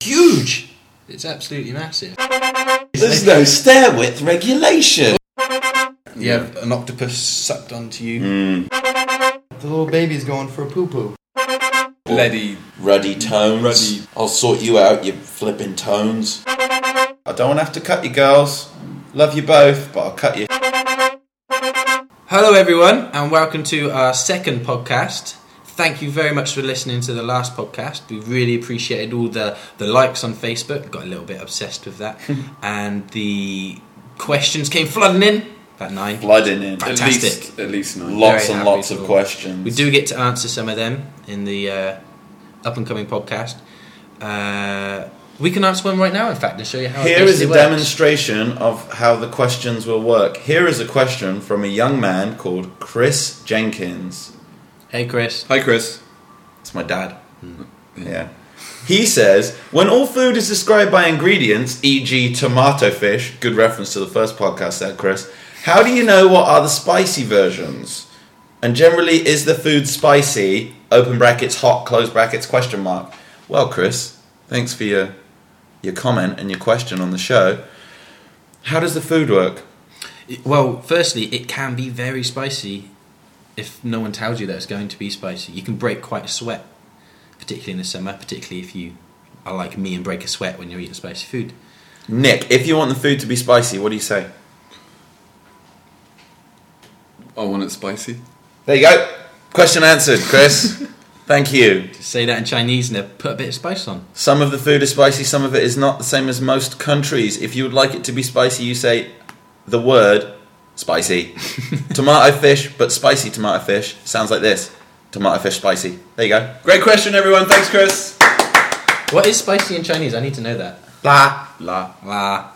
huge. It's absolutely massive. There's no stair width regulation. You have an octopus sucked onto you. The little baby's going for a poo poo. Bloody Ruddy tones. Ruddy. I'll sort you out, you flipping tones. I don't want to have to cut you, girls. Love you both, but I'll cut you. Hello, everyone, and welcome to our second podcast. Thank you very much for listening to the last podcast. We really appreciated all the, the likes on Facebook. Got a little bit obsessed with that. and the questions came flooding in. About nine. Blooding in. at Fantastic. least at least nine. Lots Very and happy lots to- of questions. We do get to answer some of them in the uh, up and coming podcast. Uh, we can answer one right now, in fact, and show you how it Here is basically a works. demonstration of how the questions will work. Here is a question from a young man called Chris Jenkins. Hey, Chris. Hi Chris. Hmm. It's my dad. Yeah. He says, when all food is described by ingredients, e.g., tomato fish, good reference to the first podcast there, Chris, how do you know what are the spicy versions? And generally, is the food spicy? Open brackets, hot, close brackets, question mark. Well, Chris, thanks for your, your comment and your question on the show. How does the food work? Well, firstly, it can be very spicy if no one tells you that it's going to be spicy. You can break quite a sweat, particularly in the summer, particularly if you are like me and break a sweat when you're eating spicy food. Nick, if you want the food to be spicy, what do you say? I want it spicy. There you go. Question answered, Chris. Thank you. Just say that in Chinese and they'll put a bit of spice on. Some of the food is spicy, some of it is not the same as most countries. If you would like it to be spicy, you say the word spicy. tomato fish, but spicy tomato fish sounds like this tomato fish spicy. There you go. Great question, everyone. Thanks, Chris. What is spicy in Chinese? I need to know that. La, la. Wow.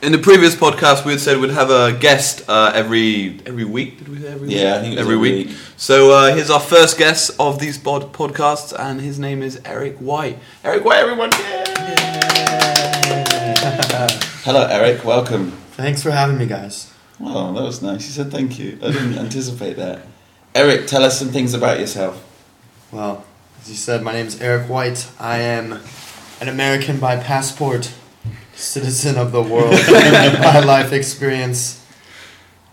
In the previous podcast, we had said we'd have a guest uh, every every week. Did we say every Yeah, week? I think it was every every week. week. So uh, here's our first guest of these bod- podcasts, and his name is Eric White. Eric White, everyone! Hello, Eric. Welcome. Thanks for having me, guys. Oh, that was nice. You said thank you. I didn't anticipate that. Eric, tell us some things about yourself. Well, as you said, my name is Eric White. I am an American by passport, citizen of the world by life experience.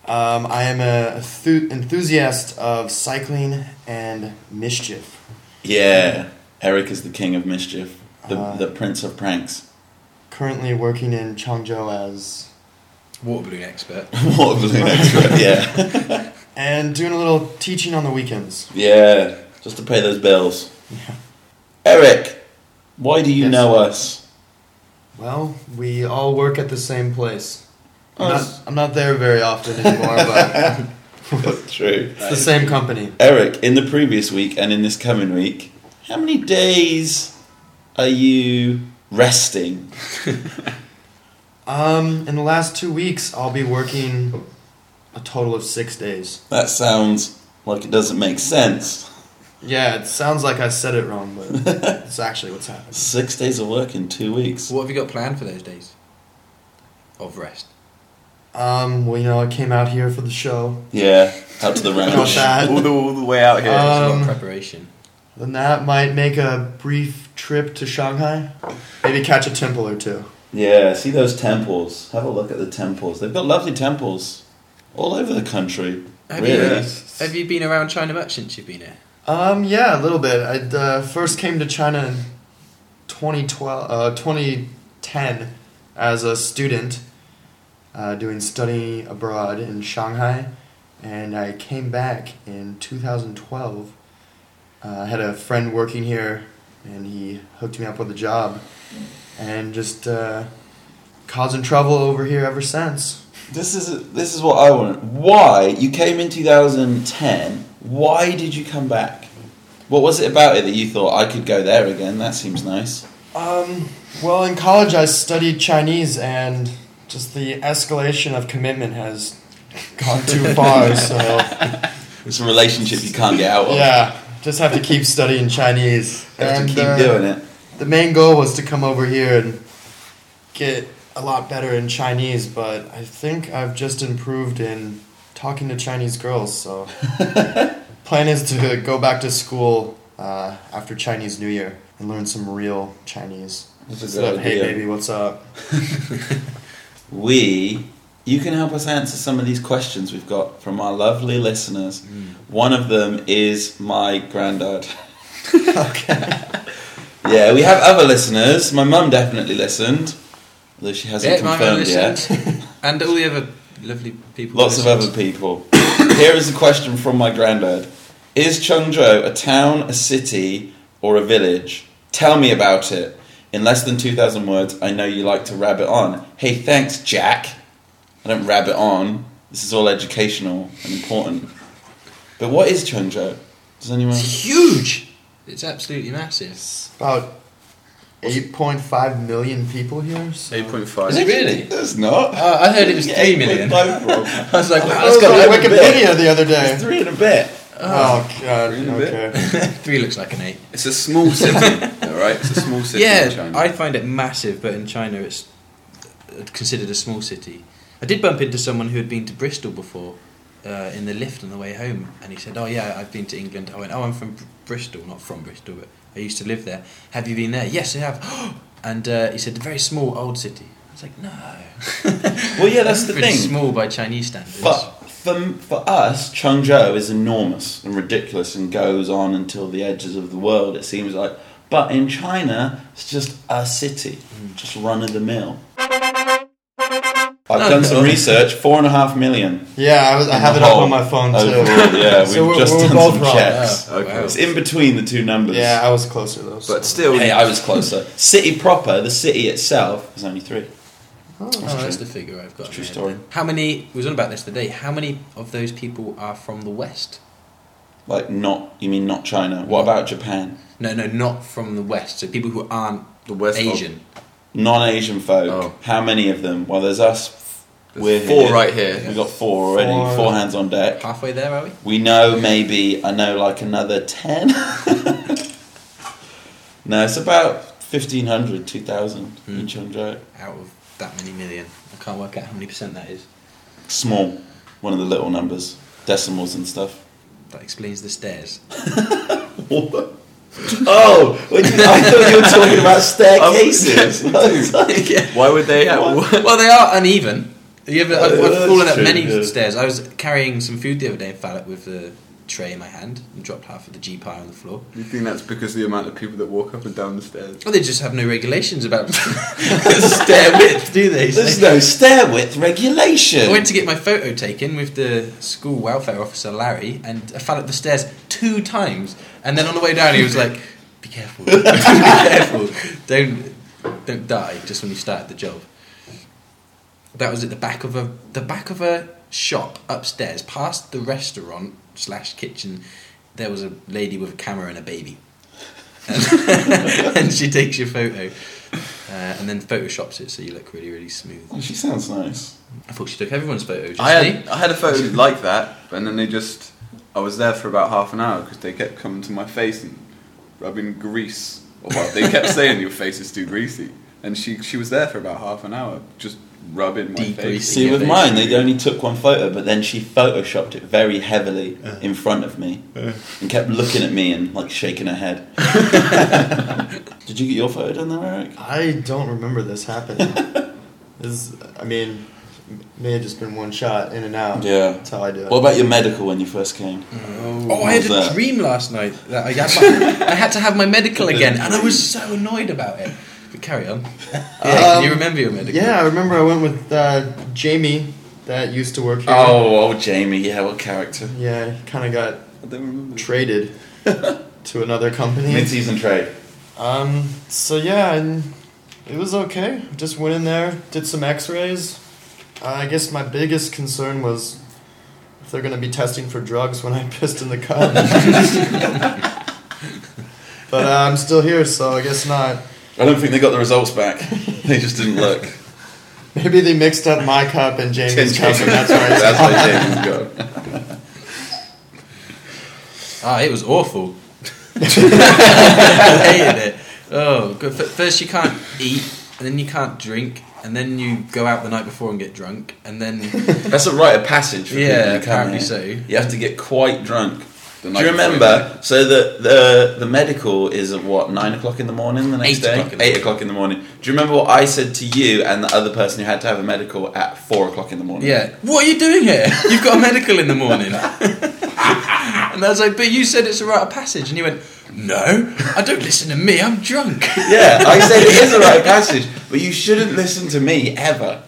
Um, I am a thu- enthusiast of cycling and mischief. Yeah, Eric is the king of mischief, the, Uh, the prince of pranks. Currently working in Changzhou as Water balloon expert. Water balloon expert, yeah. and doing a little teaching on the weekends. Yeah, just to pay those bills. Eric, why do you Yes. know us? Well, we all work at the same place. Oh, I'm not, that's- I'm not there very often anymore, but That's true. it's the same company. Eric, in the previous week and in this coming week, how many days are you resting? Um, in the last two weeks, I'll be working a total of six days. That sounds like it doesn't make sense. Yeah, it sounds like I said it wrong, but it's actually what's happening. Six days of work in two weeks. What have you got planned for those days of rest? Um, well, you know, I came out here for the show. Yeah, out to the Got ranch. all, that. the, all the way out here. Uh, There's a lot Um, of preparation. Then that might make a brief trip to Shanghai. Maybe catch a temple or two. Yeah, see those temples. Have a look at the temples. They've got lovely temples all over the country. Have really? you have you been around China much since you've been here? Um, yeah, a little bit. I uh, first came to China in 2012, uh, 2010 as a student uh, doing study abroad in Shanghai, and I came back in 2012. Uh, I had a friend working here, and he hooked me up with a job, and just uh, causing trouble over here ever since. This is this is what I want. Why you came in 2010? Why did you come back? What was it about it that you thought I could go there again? That seems nice. Um, well, in college I studied Chinese, and just the escalation of commitment has gone too far. So It's a relationship you can't get out of. yeah, just have to keep studying Chinese. you have to keep uh, doing it. The main goal was to come over here and get a lot better in Chinese, but I think I've just improved in talking to Chinese girls. So plan is to go back to school uh, after Chinese New Year and learn some real Chinese. That's a What's good up? Hey, idea. baby, what's up? we you can help us answer some of these questions we've got from our lovely listeners Hmm. one of them is my granddad okay yeah we have other listeners my mum definitely listened although she hasn't Yeah, my mum confirmed yet listened. and all the other lovely people. lots of listened. other people here is a question from my granddad is chungzhou a town a city or a village tell me about it in less than 2000 words i know you like to rabbit on hey thanks jack I don't rabbit on. This is all educational and important. But what is Chungjo? Does anyone? It's huge. It's absolutely massive. About 8.5 million people here. So. Eight point five. Is it really? It's not. Oh, I heard it was three million. I It's was like, I wow, was that's on got like a Wikipedia the other day. three and a bit. Oh, God. Three in a bit. Okay. three looks like an eight. It's a small city, all right. It's a small city. in Yeah, China. I find it massive, but in China it's considered a small city. I did bump into someone who had been to Bristol before uh, in the lift on the way home, and he said, "Oh yeah, I've been to England." I went, "Oh, I'm from Br- Bristol, not from Bristol, but I used to live there. Have you been there?" "Yes, I have." and uh, he said, "A very small old city." I was like, "No." Well, yeah, that's the Pretty thing. Small by Chinese standards. But for, for us, Chungzhou is enormous and ridiculous and goes on until the edges of the world, it seems like. But in China, it's just a city, Hmm. just run of the mill. I've done some research, four and a half million. Yeah, I, was, I have it up on my phone, Overall, too. yeah, we've So we're- just we're done both some wrong. checks. Yeah, Okay. wow. It's in between the two numbers. Yeah, I was closer, though. so- but still, Hey, I was closer. city proper, the city itself, is only three. Oh, that's true. the figure I've got. in True my head story. then. How many? We was on about this today. How many of those people are from the West? Like not, you mean not China? What about Japan? No, no, not from the West. So people who aren't the West Asian. Non-Asian folk. Oh. How many of them? Well, there's us. There's We're four here. right here. We've got four already. Four. Four. hands on deck. Halfway there, are we? We know maybe I know like another ten. no, it's about 1,500, 2,000 in Chungju. Out of that many million, I can't work out how many percent that is. Small, one of the little numbers, decimals and stuff. That explains the stairs. Oh, I thought you were talking about staircases. Dude, why would they? Have, well, they are uneven. You ever, I've, Yeah, I've that's fallen up true, many yeah. stairs. I was carrying some food the other day and fell up with the tray in my hand and dropped half of the G pie on the floor. you think that's because of the amount of people that walk up and down the stairs? Well, they just have no regulations about stair width, do they? So- There's no stair width regulation. I went to get my photo taken with the school welfare officer Larry, and I fell up the stairs two times. And then on the way down, he was like, "Be careful, be careful, don't don't die just when you start the job." That was at the back of a the back of a shop upstairs, past the restaurant slash kitchen. There was a lady with a camera and a baby, and, and she takes your photo. Uh, and then photoshops it so you look really, really smooth. Oh, she sounds nice. I thought she took everyone's photo. Just I me. had, I had a photo like that, and then they just. I was there for about half an hour because they kept coming to my face and rubbing grease. Or what, they kept saying your face is too greasy, and she she was there for about half an hour just rubbing my face. Degreasing. See, Yeah, with they- mine, they only took one photo, but then she photoshopped it very heavily in front of me and kept looking at me and like shaking her head. Did you get your photo done there, Eric? I don't remember this happening. this, I mean, may have just been one shot in and out. Yeah. That's how I do it. What about your medical when you first came? Oh, I had What was a that? dream last night that I had, my, I had to have my medical again, and I was so annoyed about it. But carry on. Yeah, can Um, you remember your medical? yeah, I remember I went with uh, Jamie that used to work here. Oh, oh, Jamie, yeah, what character? Yeah, kind of got I don't remember. traded to another company. Mid-season trade. Um, so yeah, and it was okay. Just went in there, did some X-rays. Uh, I guess my biggest concern was if they're gonna be testing for drugs when I pissed in the cup. but uh, I'm still here, so I guess not. I don't think they got the results back. they just didn't look. Maybe they mixed up my cup and Jamie's cup, and that's why. it's- That's why Jamie's gone. Ah, it was awful. I hated it. Oh, good. F- First you can't eat, and then you can't drink, and then you go out the night before and get drunk, and then That's a rite of passage for Yeah, people who come apparently here. so. You have to get quite drunk. The Do you before remember? So the, the the medical is at what nine o'clock in the morning the next Eight day. o'clock in the Eight morning. o'clock in the morning. Do you remember what I said to you and the other person who had to have a medical at four o'clock in the morning? Yeah. What are you doing here? You've got a medical in the morning. and I was like, but you said it's a rite of passage. And he went, no, I don't listen to me. I'm drunk. Yeah, I said it is a rite of passage, but you shouldn't listen to me ever.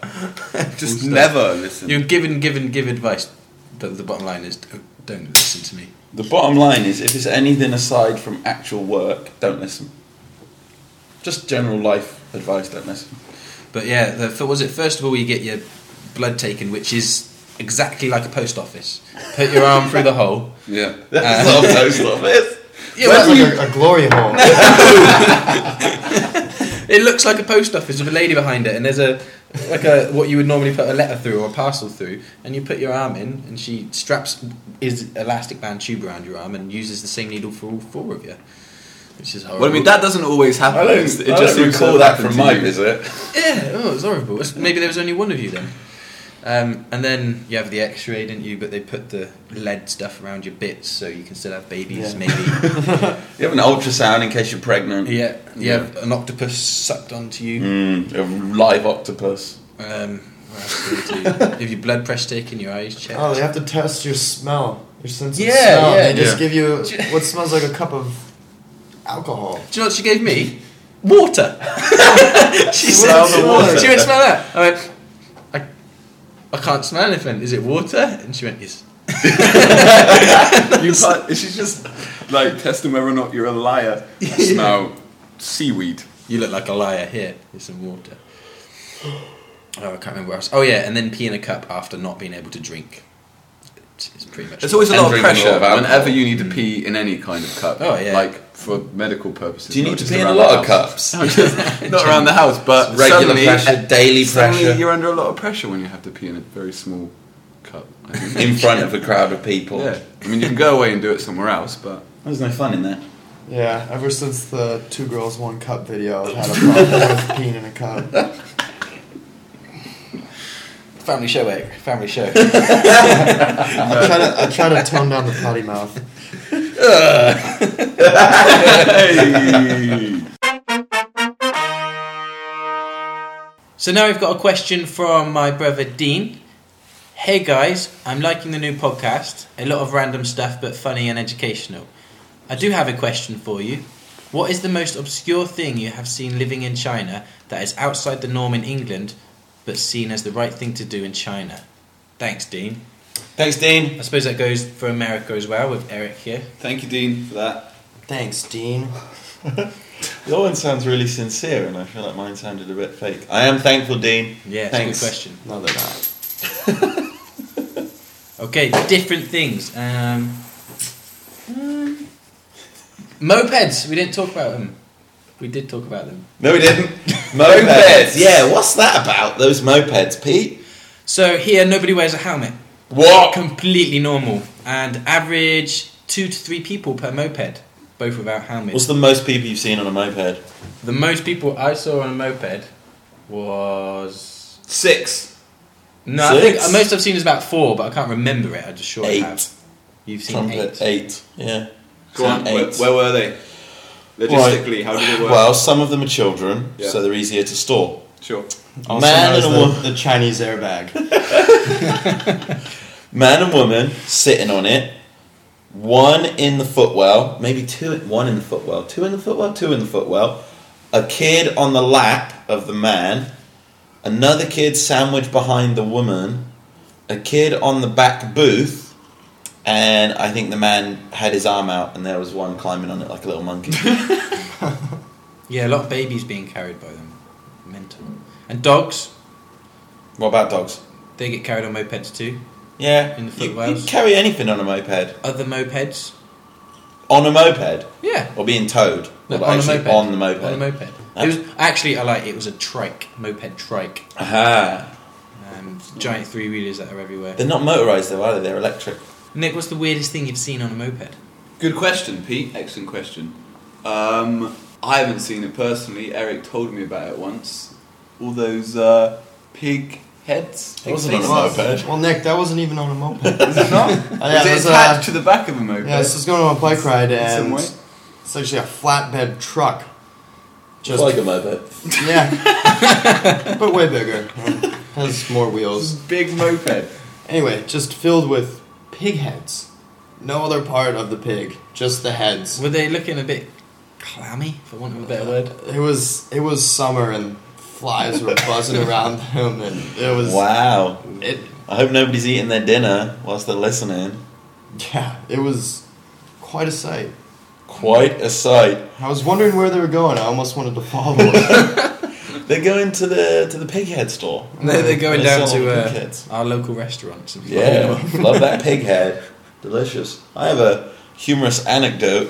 Just never listen. You're given, given, give advice. The, the bottom line is, don't, don't listen to me. The bottom line is, if it's anything aside from actual work, don't listen. Just general life advice, don't listen. Uh, But yeah, the, f- was it first of all you get your blood taken, which is exactly like a post office. Put your arm through the hole. yeah. That's not post office. Yeah, That's well, like a, a glory hole. it looks like a post office with a lady behind it, and there's a like a what you would normally put a letter through or a parcel through, and you put your arm in, and she straps is elastic band tube around your arm and uses the same needle for all four of you, which is horrible. Well, I mean, that doesn't always happen. I don't, It's- I don't seems to recall that happen from to my you. visit. Yeah, oh, it's horrible. It's- Maybe there was only one of you then. Um, and then you have the X-ray, didn't you? But they put the lead stuff around your bits, so you can still have babies. Yeah. Maybe, You have an ultrasound in case you're pregnant. yeah. You Yeah. have an octopus sucked onto you. Mm, a live octopus. Um, what else do they do? have your blood pressure taken, your eyes checked. Oh, they have to test your smell, your sense of Yeah, smell. yeah. they just Yeah. give you what smells like a cup of alcohol. Do you know what she gave me? Water. she Smell the water. She went, smell that. I went, I, I can't smell anything. Is it water? And she went, yes. You can't, she's just like testing whether or not you're a liar. Smell seaweed. You look like a liar. Here, here's some water. Oh, I can't remember what else. Oh, yeah, and then pee in a cup after not being able to drink. It's it's pretty much. There's always a lot of Entering the pressure law of whenever alcohol. you need to pee in any kind of cup. Oh, yeah. Like for medical purposes. Do you not need to just pee in Oh, a around lot the of house. cups? Not around the house, but Regular suddenly, pressure, daily Suddenly pressure, you're under a lot of pressure when you have to pee in a very small cup. I think. in front of a crowd of people. yeah. I mean, you can go away and do it somewhere else, but There's no fun in there. Yeah, ever since the two girls one cup video, I've had a problem with peeing in a cup. family show, Eric. Family show. I try to I try to tone down the potty mouth. So now we've got a question from my brother Dean. Hey guys, I'm liking the new podcast. A lot of random stuff, but funny and educational. I do have a question for you. What is the most obscure thing you have seen living in China that is outside the norm in England, but seen as the right thing to do in China? Thanks, Dean. Thanks, Dean. I suppose that goes for America as well, with Eric here. thank you, Dean, for that. Thanks, Dean. Your one sounds really sincere, and I feel like mine sounded a bit fake. I am thankful, Dean. Yeah, it's Thanks. a good question. No, they're not. Okay, different things. Um, um, mopeds. We didn't talk about them. We did talk about them. No, we didn't. Mopeds. yeah, what's that about? Those mopeds, Pete? So here, nobody wears a helmet. What? Completely normal and average two to three people per moped, both without helmets. What's the most people you've seen on a moped? The most people I saw on a moped was Six. no. I think Six? uh, most I've seen is about four, but I can't remember it. I just sure Eight. I have. You've seen Trumpet. Eight. eight. Yeah. Go on. Eight. Where, where were they? Logistically, how did it work? Well, some of them are children, Yeah. so they're easier to store. sure. Also Man and known a as woman. the, the Chinese airbag. Man and woman sitting on it. One in the footwell, maybe two. One in the footwell, two in the footwell, two in the footwell. A kid on the lap of the man. Another kid sandwiched behind the woman. A kid on the back booth. And I think the man had his arm out, and there was one climbing on it like a little monkey. Yeah, a lot of babies being carried by them. Mental. And dogs. what about dogs? They get carried on mopeds too. Yeah, In the you, footwells. you carry anything on a moped. Other mopeds. On a moped, Yeah. or being towed, or on, a actually moped. on the moped. On a moped. Ah. It was actually I like it was a trike moped trike. Aha. Um, giant three wheelers that are everywhere. They're not motorized though, are they? They're electric. Nick, what's the weirdest thing you've seen on a moped? Good question, Pete. Excellent question. Um, I haven't seen it personally. Eric told me about it once. All those uh, pig heads. It wasn't on a moped. Well, Nick, that wasn't even on a moped. Is it not? yeah, Is it it was, attached uh, to the back of a moped? yeah, this is going on a bike ride, in some and way? it's actually a flatbed truck. Just like a moped. Yeah. but way bigger. and Has more This wheels. big moped. Anyway, just filled with pig heads. No other part of the pig, just the heads. Were they looking a bit clammy, for want of a better word? It was it was summer and flies were buzzing around them and it was Wow. it I hope nobody's eating their dinner whilst they're listening. yeah, it was quite a sight. Quite a sight. I was wondering where they were going. I almost wanted to follow them. They're going to the to the pig head store. No, they're going They down sell to all the uh, kids. our local restaurants. and- Yeah, Oh, love that pig head. Delicious. I have a humorous anecdote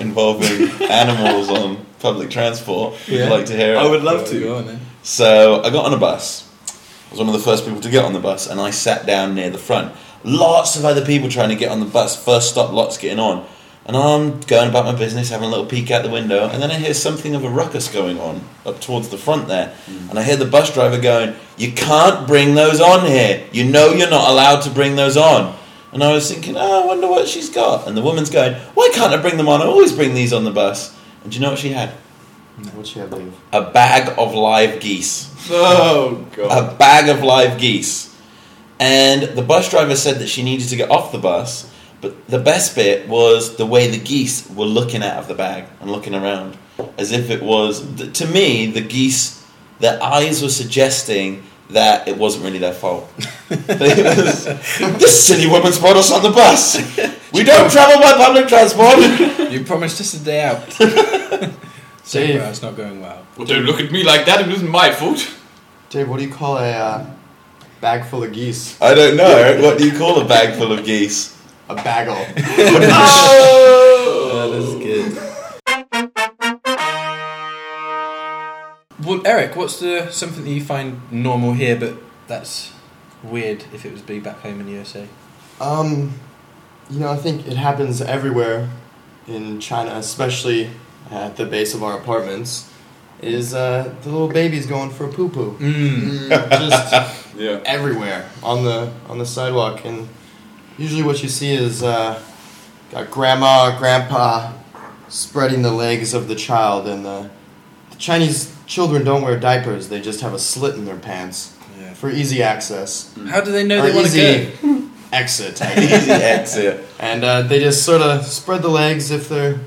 involving animals on public transport. Would Yeah. you like to hear it? I would love Go to. on then. So I got on a bus. I was one of the first people to get on the bus, and I sat down near the front. Lots of other people trying to get on the bus. First stop, lots getting on. And I'm going about my business, having a little peek out the window, and then I hear something of a ruckus going on up towards the front there. And I hear the bus driver going, You can't bring those on here. You know you're not allowed to bring those on. And I was thinking, Oh, I wonder what she's got. And the woman's going, Why can't I bring them on? I always bring these on the bus. And do you know what she had? What'd she have, Dave? A bag of live geese Oh god. a bag of live geese. And the bus driver said that she needed to get off the bus, but the best bit was the way the geese were looking out of the bag and looking around, as if it was th- to me the geese, their eyes were suggesting that it wasn't really their fault. It was, this silly woman's brought us on the bus. We don't travel by public transport. You promised us a day out. Sorry, Dave. bro, it's not going well. Well, don't look at me like that. It wasn't my fault. Dave, what do you call a uh, bag full of geese? I don't know. What do you call a bag full of geese? A bagel. Oh, that's good. Well, Eric, what's the something that you find normal here, but that's weird if it was big back home in the USA? Um, you know, I think it happens everywhere in China, especially at the base of our apartments. Is uh, the little babies going for a poo poo? Mm. Just Yeah. everywhere on the on the sidewalk, and usually what you see is uh, got grandma, grandpa spreading the legs of the child, and the, the Chinese children don't wear diapers; they just have a slit in their pants Yeah. for easy access How do they know or they want to easy go? exit. I guess. Easy exit. And uh, they just sort of spread the legs if they're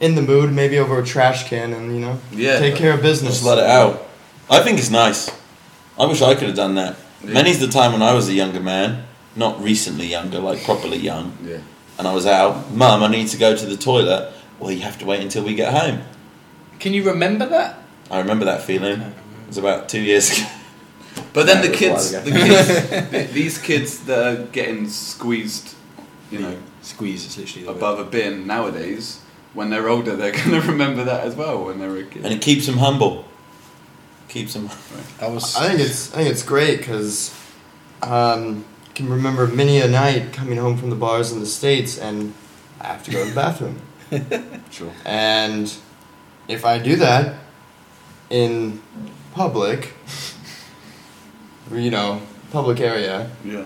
in the mood, maybe over a trash can, and you know, Yeah. take care of business. Just let it out. I think it's nice. I wish I could have done that. Yeah. Many's the time when I was a younger man, not recently younger, like properly young, Yeah. and I was out. Mum, I need to go to the toilet. Well, you have to wait until we get home. Can you remember that? I remember that feeling. It was about two years ago. But then That the was a while kids, ago. the kids, th- these kids that are getting squeezed, you know, Squeeze is literally the above a bin nowadays. When they're older, they're going to remember that as well. When they're a And kid. it keeps them humble. Keeps them. word. I was. I think it's I think it's great because um, I can remember many a night coming home from the bars in the states, and I have to go to the bathroom. Sure. And if I do that in public, you know, public area, Yeah.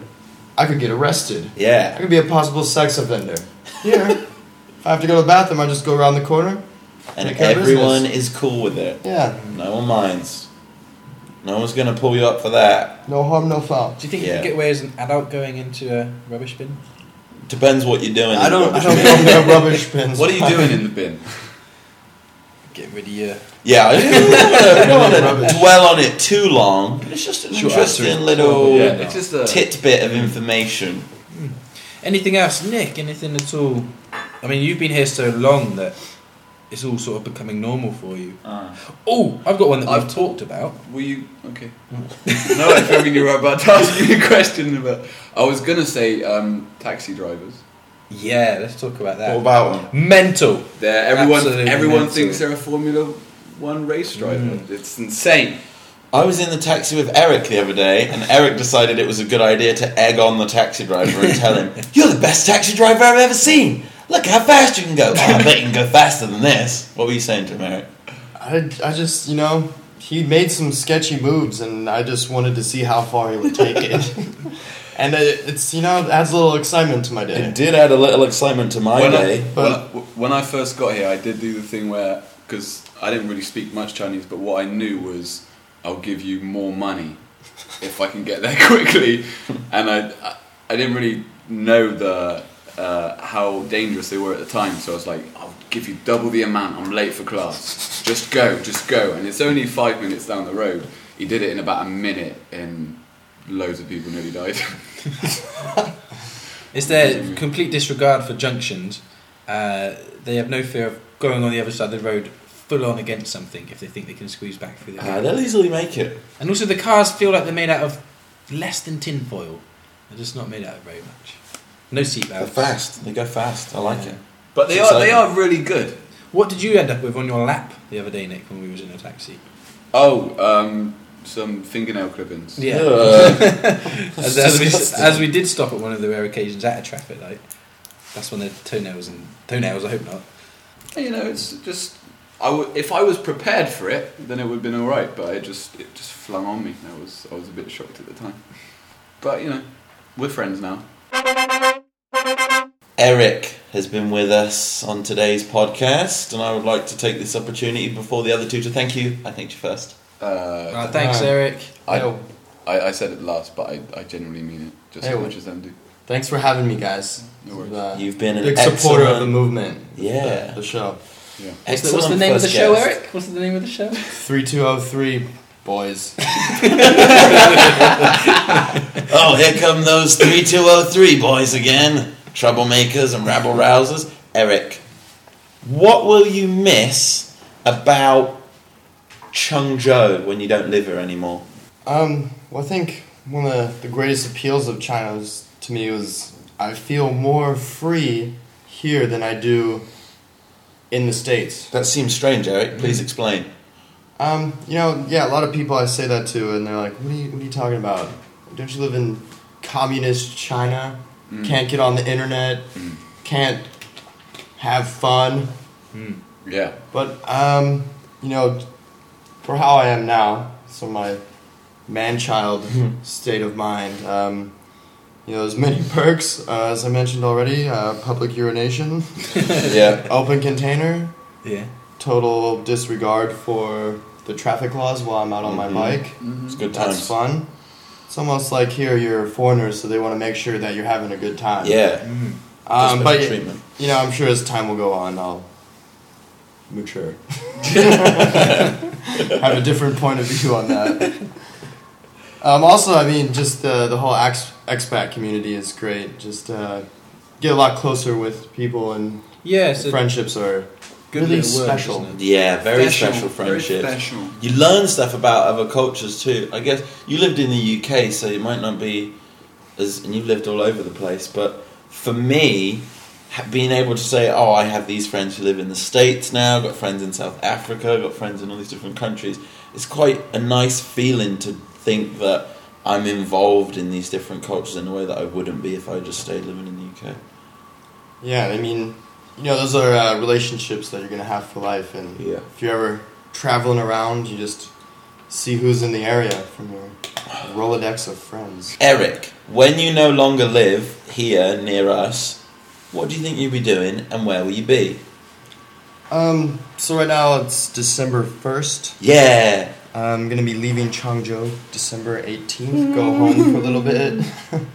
I could get arrested. I Yeah. could be a possible sex offender. Here, if I have to go to the bathroom, I just go around the corner. And Take care of everyone is cool with it. Yeah, No one minds. No one's going to pull you up for that. no harm, no foul. do you think you Yeah. could get away as an adult going into a rubbish bin? Depends what you're doing. I don't, I Rubbish don't bin. go near rubbish bins. What are you doing in the bin? Get rid of your. Yeah, I don't want Rubbish. to dwell on it too long. but It's just an Sure, interesting absolutely. little yeah, it's just a titbit of information. Anything else, Nick? Anything at all? I mean, you've been here so long that it's all sort of becoming normal for you. Oh, I've got one that I've talked about. Were you okay? no, I figured you were about to ask you a question about. I was gonna say um, taxi drivers. Yeah, let's talk about that. about one? Mental. They're, everyone, Absolutely everyone mental. thinks they're a Formula One race driver. It's insane. I was in the taxi with Eric the other day, and Eric decided it was a good idea to egg on the taxi driver and tell him, "You're the best taxi driver I've ever seen. Look how fast you can go. Oh, I bet you can go faster than this." What were you saying to him, Eric? I, I just, you know, he made some sketchy moves, and I just wanted to see how far he would take it. and it, it's you know it adds a little excitement to my day. It did add a little excitement to my when, I, day. when, I, when I first got here, I did do the thing where, because I didn't really speak much Chinese, but what I knew was I'll give you more money if I can get there quickly. And I, I, I didn't really know the uh, how dangerous they were at the time, so I was like, I'll give you double the amount, I'm late for class. Just go, just go. And it's only five minutes down the road. He did it in about a minute, and loads of people nearly died. It's their complete disregard for junctions. Uh, they have no fear of going on the other side of the road full on against something if they think they can squeeze back through the Ah, gap. they'll easily make it. And also, the cars feel like they're made out of less than tin foil. They're just not made out of very much. No Uh, They're seatbelts. fast. They go fast. I like it. but they are, they are really good. What did you end up with on your lap the other day, Nick, when we was in a taxi? Oh, um, some fingernail clippings. Ugh. as, as we, disgusting. as we did stop at one of the rare occasions at a traffic light. That's when the toenails and toenails. I hope not. You know, it's just. I w- if I was prepared for it, then it would have been all right. But it just it just flung on me. I was I was a bit shocked at the time. But you know, we're friends now. Eric has been with us on today's podcast, and I would like to take this opportunity before the other two to thank you. I thanked you first. Uh, Uh, thanks, no. Eric. I, Yo, I I said it last, but I, I genuinely mean it, just as Hey, much as them do. thanks for having me, guys. No worries. Uh, You've been an big supporter of the excellent- movement. Yeah. the, the show. What's the, what's the excellent name of the first show, guest. Eric? What's the name of the show? Three two zero three boys. Oh, here come those 3203 boys again. Troublemakers and rabble rousers. Eric, what will you miss about Chengzhou when you don't live here anymore? Um, well, I think one of the greatest appeals of China was, to me was I feel more free here than I do in the States. That seems strange, Eric. Please explain. Um, you know, yeah, a lot of people I say that to, and they're like, "What are you, what are you talking about? Don't you live in communist China? Can't get on the internet? Can't have fun?" Yeah. But um, you know, for how I am now, so my man-child Hmm. state of mind, um, you know, there's many perks uh, as I mentioned already: uh, public urination, yeah. open container, Yeah. total disregard for the traffic laws while I'm out on Mhm. my bike. It's good times. That's fun. It's almost like here you're foreigners, so they want to make sure that you're having a good time. Yeah. um, Just but better treatment. you know, I'm sure as time will go on, I'll mature. Have a different point of view on that. Um, also, I mean, just the the whole ex- expat community is great. Just uh, get a lot closer with people, and Yeah. It's a friendships are good really little word, special. isn't it? Yeah, very special very friendships. special. You learn stuff about other cultures too. I guess you lived in the UK, so it might not be as, and you've lived all over the place. But for me, ha- being able to say, "Oh, I have these friends who live in the States now. I've Got friends in South Africa. I've Got friends in all these different countries." It's quite a nice feeling to think that I'm involved in these different cultures in a way that I wouldn't be if I just stayed living in the UK. Yeah, I mean, you know, those are uh, relationships that you're gonna have for life, and Yeah. if you're ever traveling around, you just see who's in the area from your rolodex of friends. Eric, when you no longer live here near us, what do you think you'll be doing, and where will you be? Um, so right now it's December first. Yeah. I'm gonna be leaving Changzhou December 18th. Go home for a little bit,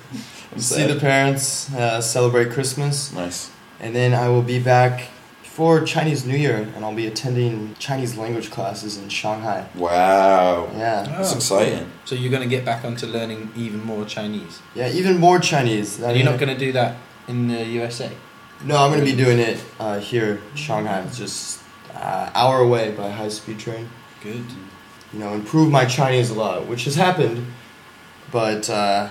see the parents, uh, celebrate Christmas, Nice. and then I will be back for Chinese New Year, and I'll be attending Chinese language classes in Shanghai. Wow. Yeah. That's Oh. exciting. So you're going to get back onto learning even more Chinese. Yeah, even more Chinese. I And you're mean- not going to do that in the USA. No, I'm gonna be doing it uh, here, in Shanghai. It's just uh, hour away by high speed train. Good. You know, improve my Chinese a lot, which has happened, but uh,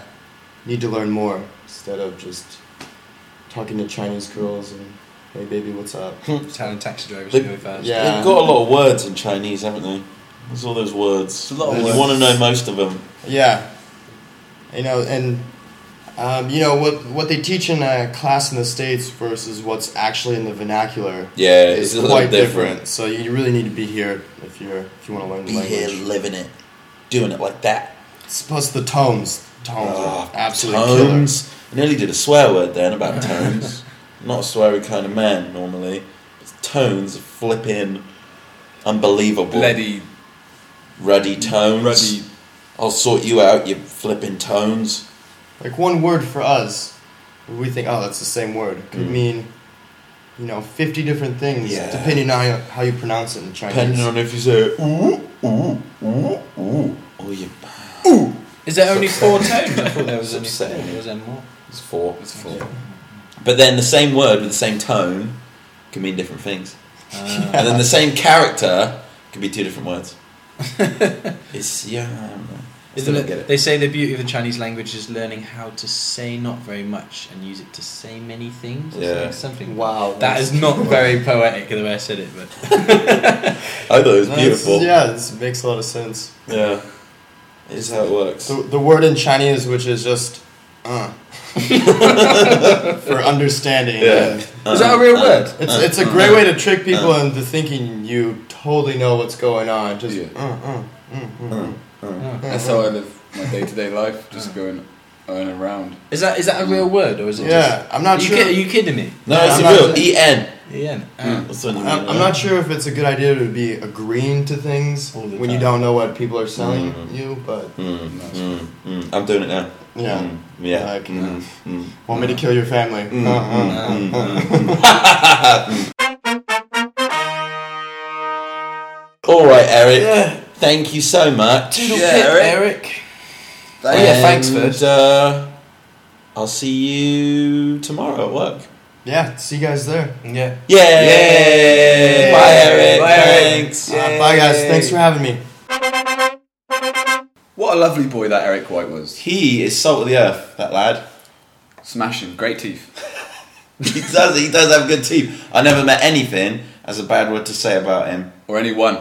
need to learn more instead of just talking to Chinese girls and hey, baby, what's up? Italian taxi drivers to go first. Yeah. They've got a lot of words in Chinese, haven't they? There's all those words. a lot of you words. want to know most of them. Yeah, you know, and Um, you know what what they teach in a class in the states versus what's actually in the vernacular. Yeah, it's a little different. So you really need to be here if you're if you want to learn the Be here language. living it, doing it like that. It's plus the tones. Tones Ah, are absolutely killers. tones. I nearly did a swear word then about tones. Not a sweary kind of man normally. But tones are flipping unbelievable. Bloody, Ruddy tones. ruddy. I'll sort you out, you flipping tones. Like one word for us, we think, oh, that's the same word. Could Mm. mean, you know, fifty different things Yeah. depending on how you pronounce it in Chinese. Depending on if you say ooh, ooh, ooh, ooh, or you Is there only four tones? I thought there was only four. Upsetting. There was any more. it's four. It's full. But then the same word with the same tone can mean different things. Uh, And then the same character can be two different words. it's yeah, I don't know. I isn't still don't it, get it. They say the beauty of the Chinese language is learning how to say not very much and use it to say many things. or Yeah. Something. something. Wow, That is not very poetic the way I said it, but I thought it was That's- beautiful. Yeah, this makes a lot of sense. Yeah. It's how it works. The, the word in Chinese, which is just, uh, for understanding. Yeah. is that a real word? It's, it's a great way to trick people into thinking you totally know what's going on. Just, Yeah. uh, uh, mm, mm, mm. oh. That's how I live my day to day life, just going on and around. Is that is that a real word or is it? Yeah, I'm not just, sure. You kid, are you kidding me? No, it's I'm a not real sure. E N. Yeah. Uh, Mm. That's what you mean. I'm, I'm not sure if it's a good idea to be agreeing to things All the when you time. Mm-hmm. don't know what people are selling Mhm. you, but Mm, mm, mm. I'm doing it now. yeah. Mm-hmm. Mm, yeah. Like, mm, mm. Want me to kill your family? Mm, Uh-uh. Mm-hmm. mm, mm, mm. All right, Eric. Thank you so much. Eric. Oh, yeah, thanks And, first. Uh, I'll see you tomorrow at work. Yeah, see you guys there. Yeah. Yay! Yay! Bye, Eric. Bye, Eric. Thanks. Uh, bye, guys. Thanks for having me. What a lovely boy that Eric White was. He is salt of the earth, that lad. Smashing, great teeth. He does. He does have good teeth. I never met anything as a bad word to say about him. Or any one.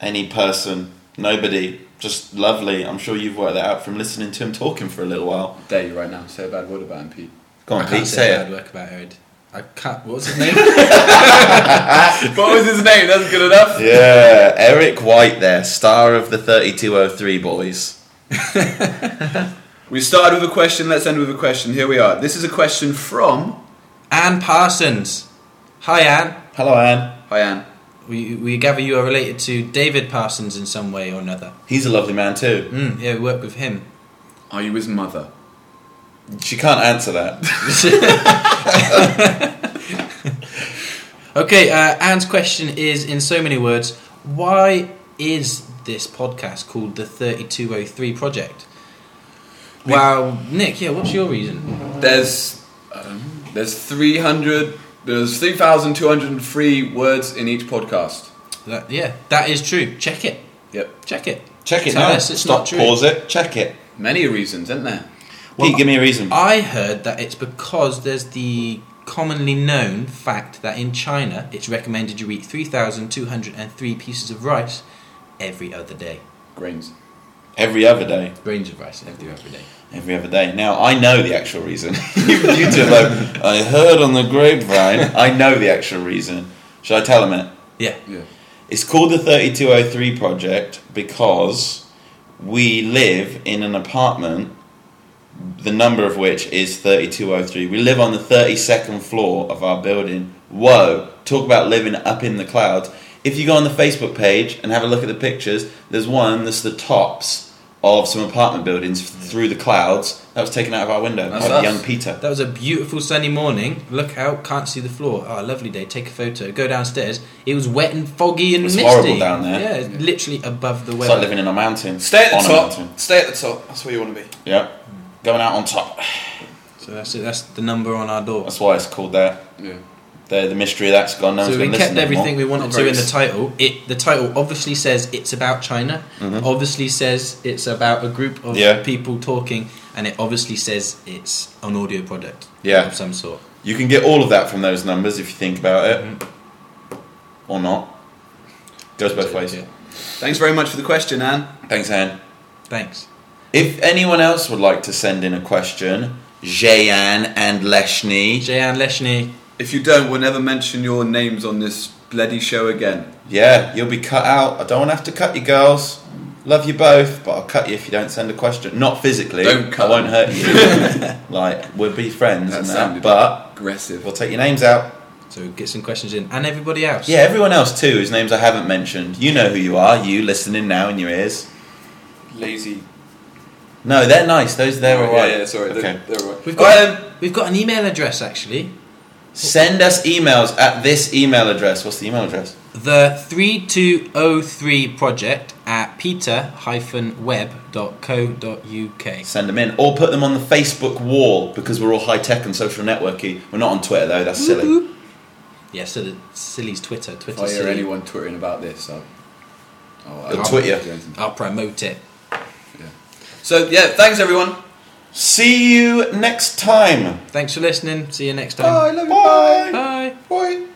Any person, nobody, just lovely. I'm sure you've worked that out from listening to him talking for a little while. Dare you right now, say a bad word about him, Pete. Go on, I can't Pete. say Say bad it. work about Eric. I can't. What's his name? what was his name? That's good enough. Yeah, Eric White, there, star of the 3203 boys. We started with a question, let's end with a question. Here we are. This is a question from. Anne Parsons. Hi, Anne. Hello, Anne. Hi, Anne. We, we gather you are related to David Parsons in some way or another. He's a lovely man too. Mm, yeah, we work with him. Are you his mother? She can't answer that. Okay, uh, Anne's question is in so many words why is this podcast called the 3203 Project? Well, Nick, yeah, what's your reason? There's. Um, there's 300. There's 3,203 words in each podcast. That, yeah, that is true. Check it. Yep. Check it. Check it Tell now. us it's Stop. not true. Pause it. Check it. Many reasons, isn't there? Pete, give me a reason. I heard that it's because there's the commonly known fact that in China it's recommended you eat 3,203 pieces of rice every other day. Grains. Every other day. Grains of rice every other day. Every other day. Now I know the actual reason. you two have like, I heard on the grapevine. I know the actual reason. Should I tell him it? Yeah. Yeah. It's called the 3203 Project because we live in an apartment, the number of which is 3203. We live on the 32nd floor of our building. Whoa, talk about living up in the clouds. If you go on the Facebook page and have a look at the pictures, there's one that's the tops of some apartment buildings through the clouds that was taken out of our window That's by us. young Peter. That was a beautiful sunny morning. Look out, can't see the floor. Oh, lovely day. Take a photo. Go downstairs. It was wet and foggy and It's misty. horrible down there. Yeah, it's literally above the It's like weather. living in a mountain. Stay at on the a top. mountain. Stay at the top. That's where you want to be. Yep. Going out on top. so that's it. That's the number on our door. That's why it's called that. Yeah. the, the mystery of that's gone. No one's so we going to listen kept everything we wanted Not to in the race. title. It the title obviously says it's about China. Obviously says it's about a group of Mm-hmm. Yeah. people talking, and it obviously says it's an audio product Yeah. of some sort. You can get all of that from those numbers if you think about it, or not. Goes both So, ways. yeah. Thanks very much for the question, Anne. Thanks, Anne. Thanks. If anyone else would like to send in a question, Jayan and Leshny. Jayan Leshny. If you don't, we'll never mention your names on this bloody show again. Yeah, you'll be cut out. I don't want to have to cut you, girls. Love you both, but I'll cut you if you don't send a question. Not physically. Don't cut I won't hurt you. like we'll be friends That and that, sounded- but Aggressive. we'll take your names out. So get some questions in, and everybody else. Yeah, everyone else too, whose names I haven't mentioned. You know who you are. You listening now in your ears. Lazy. No, they're nice. Those they're Oh, all yeah, right. yeah, sorry. Okay. They're, they're all right. We've got Um, we've got an email address actually. Send us emails at this email address. What's the email address? The 3203 project at peter-web.co.uk. Send them in, or put them on the Facebook wall because we're all high tech and social networky. We're not on Twitter though. That's silly. Yeah, so the silly's Twitter. If I Twitter's hear silly. anyone twittering about this, I'll, I'll, They'll I'll- tweet you. I'll promote it. So yeah, thanks everyone. See you next time. Thanks for listening. See you next time. Bye. Bye. Bye.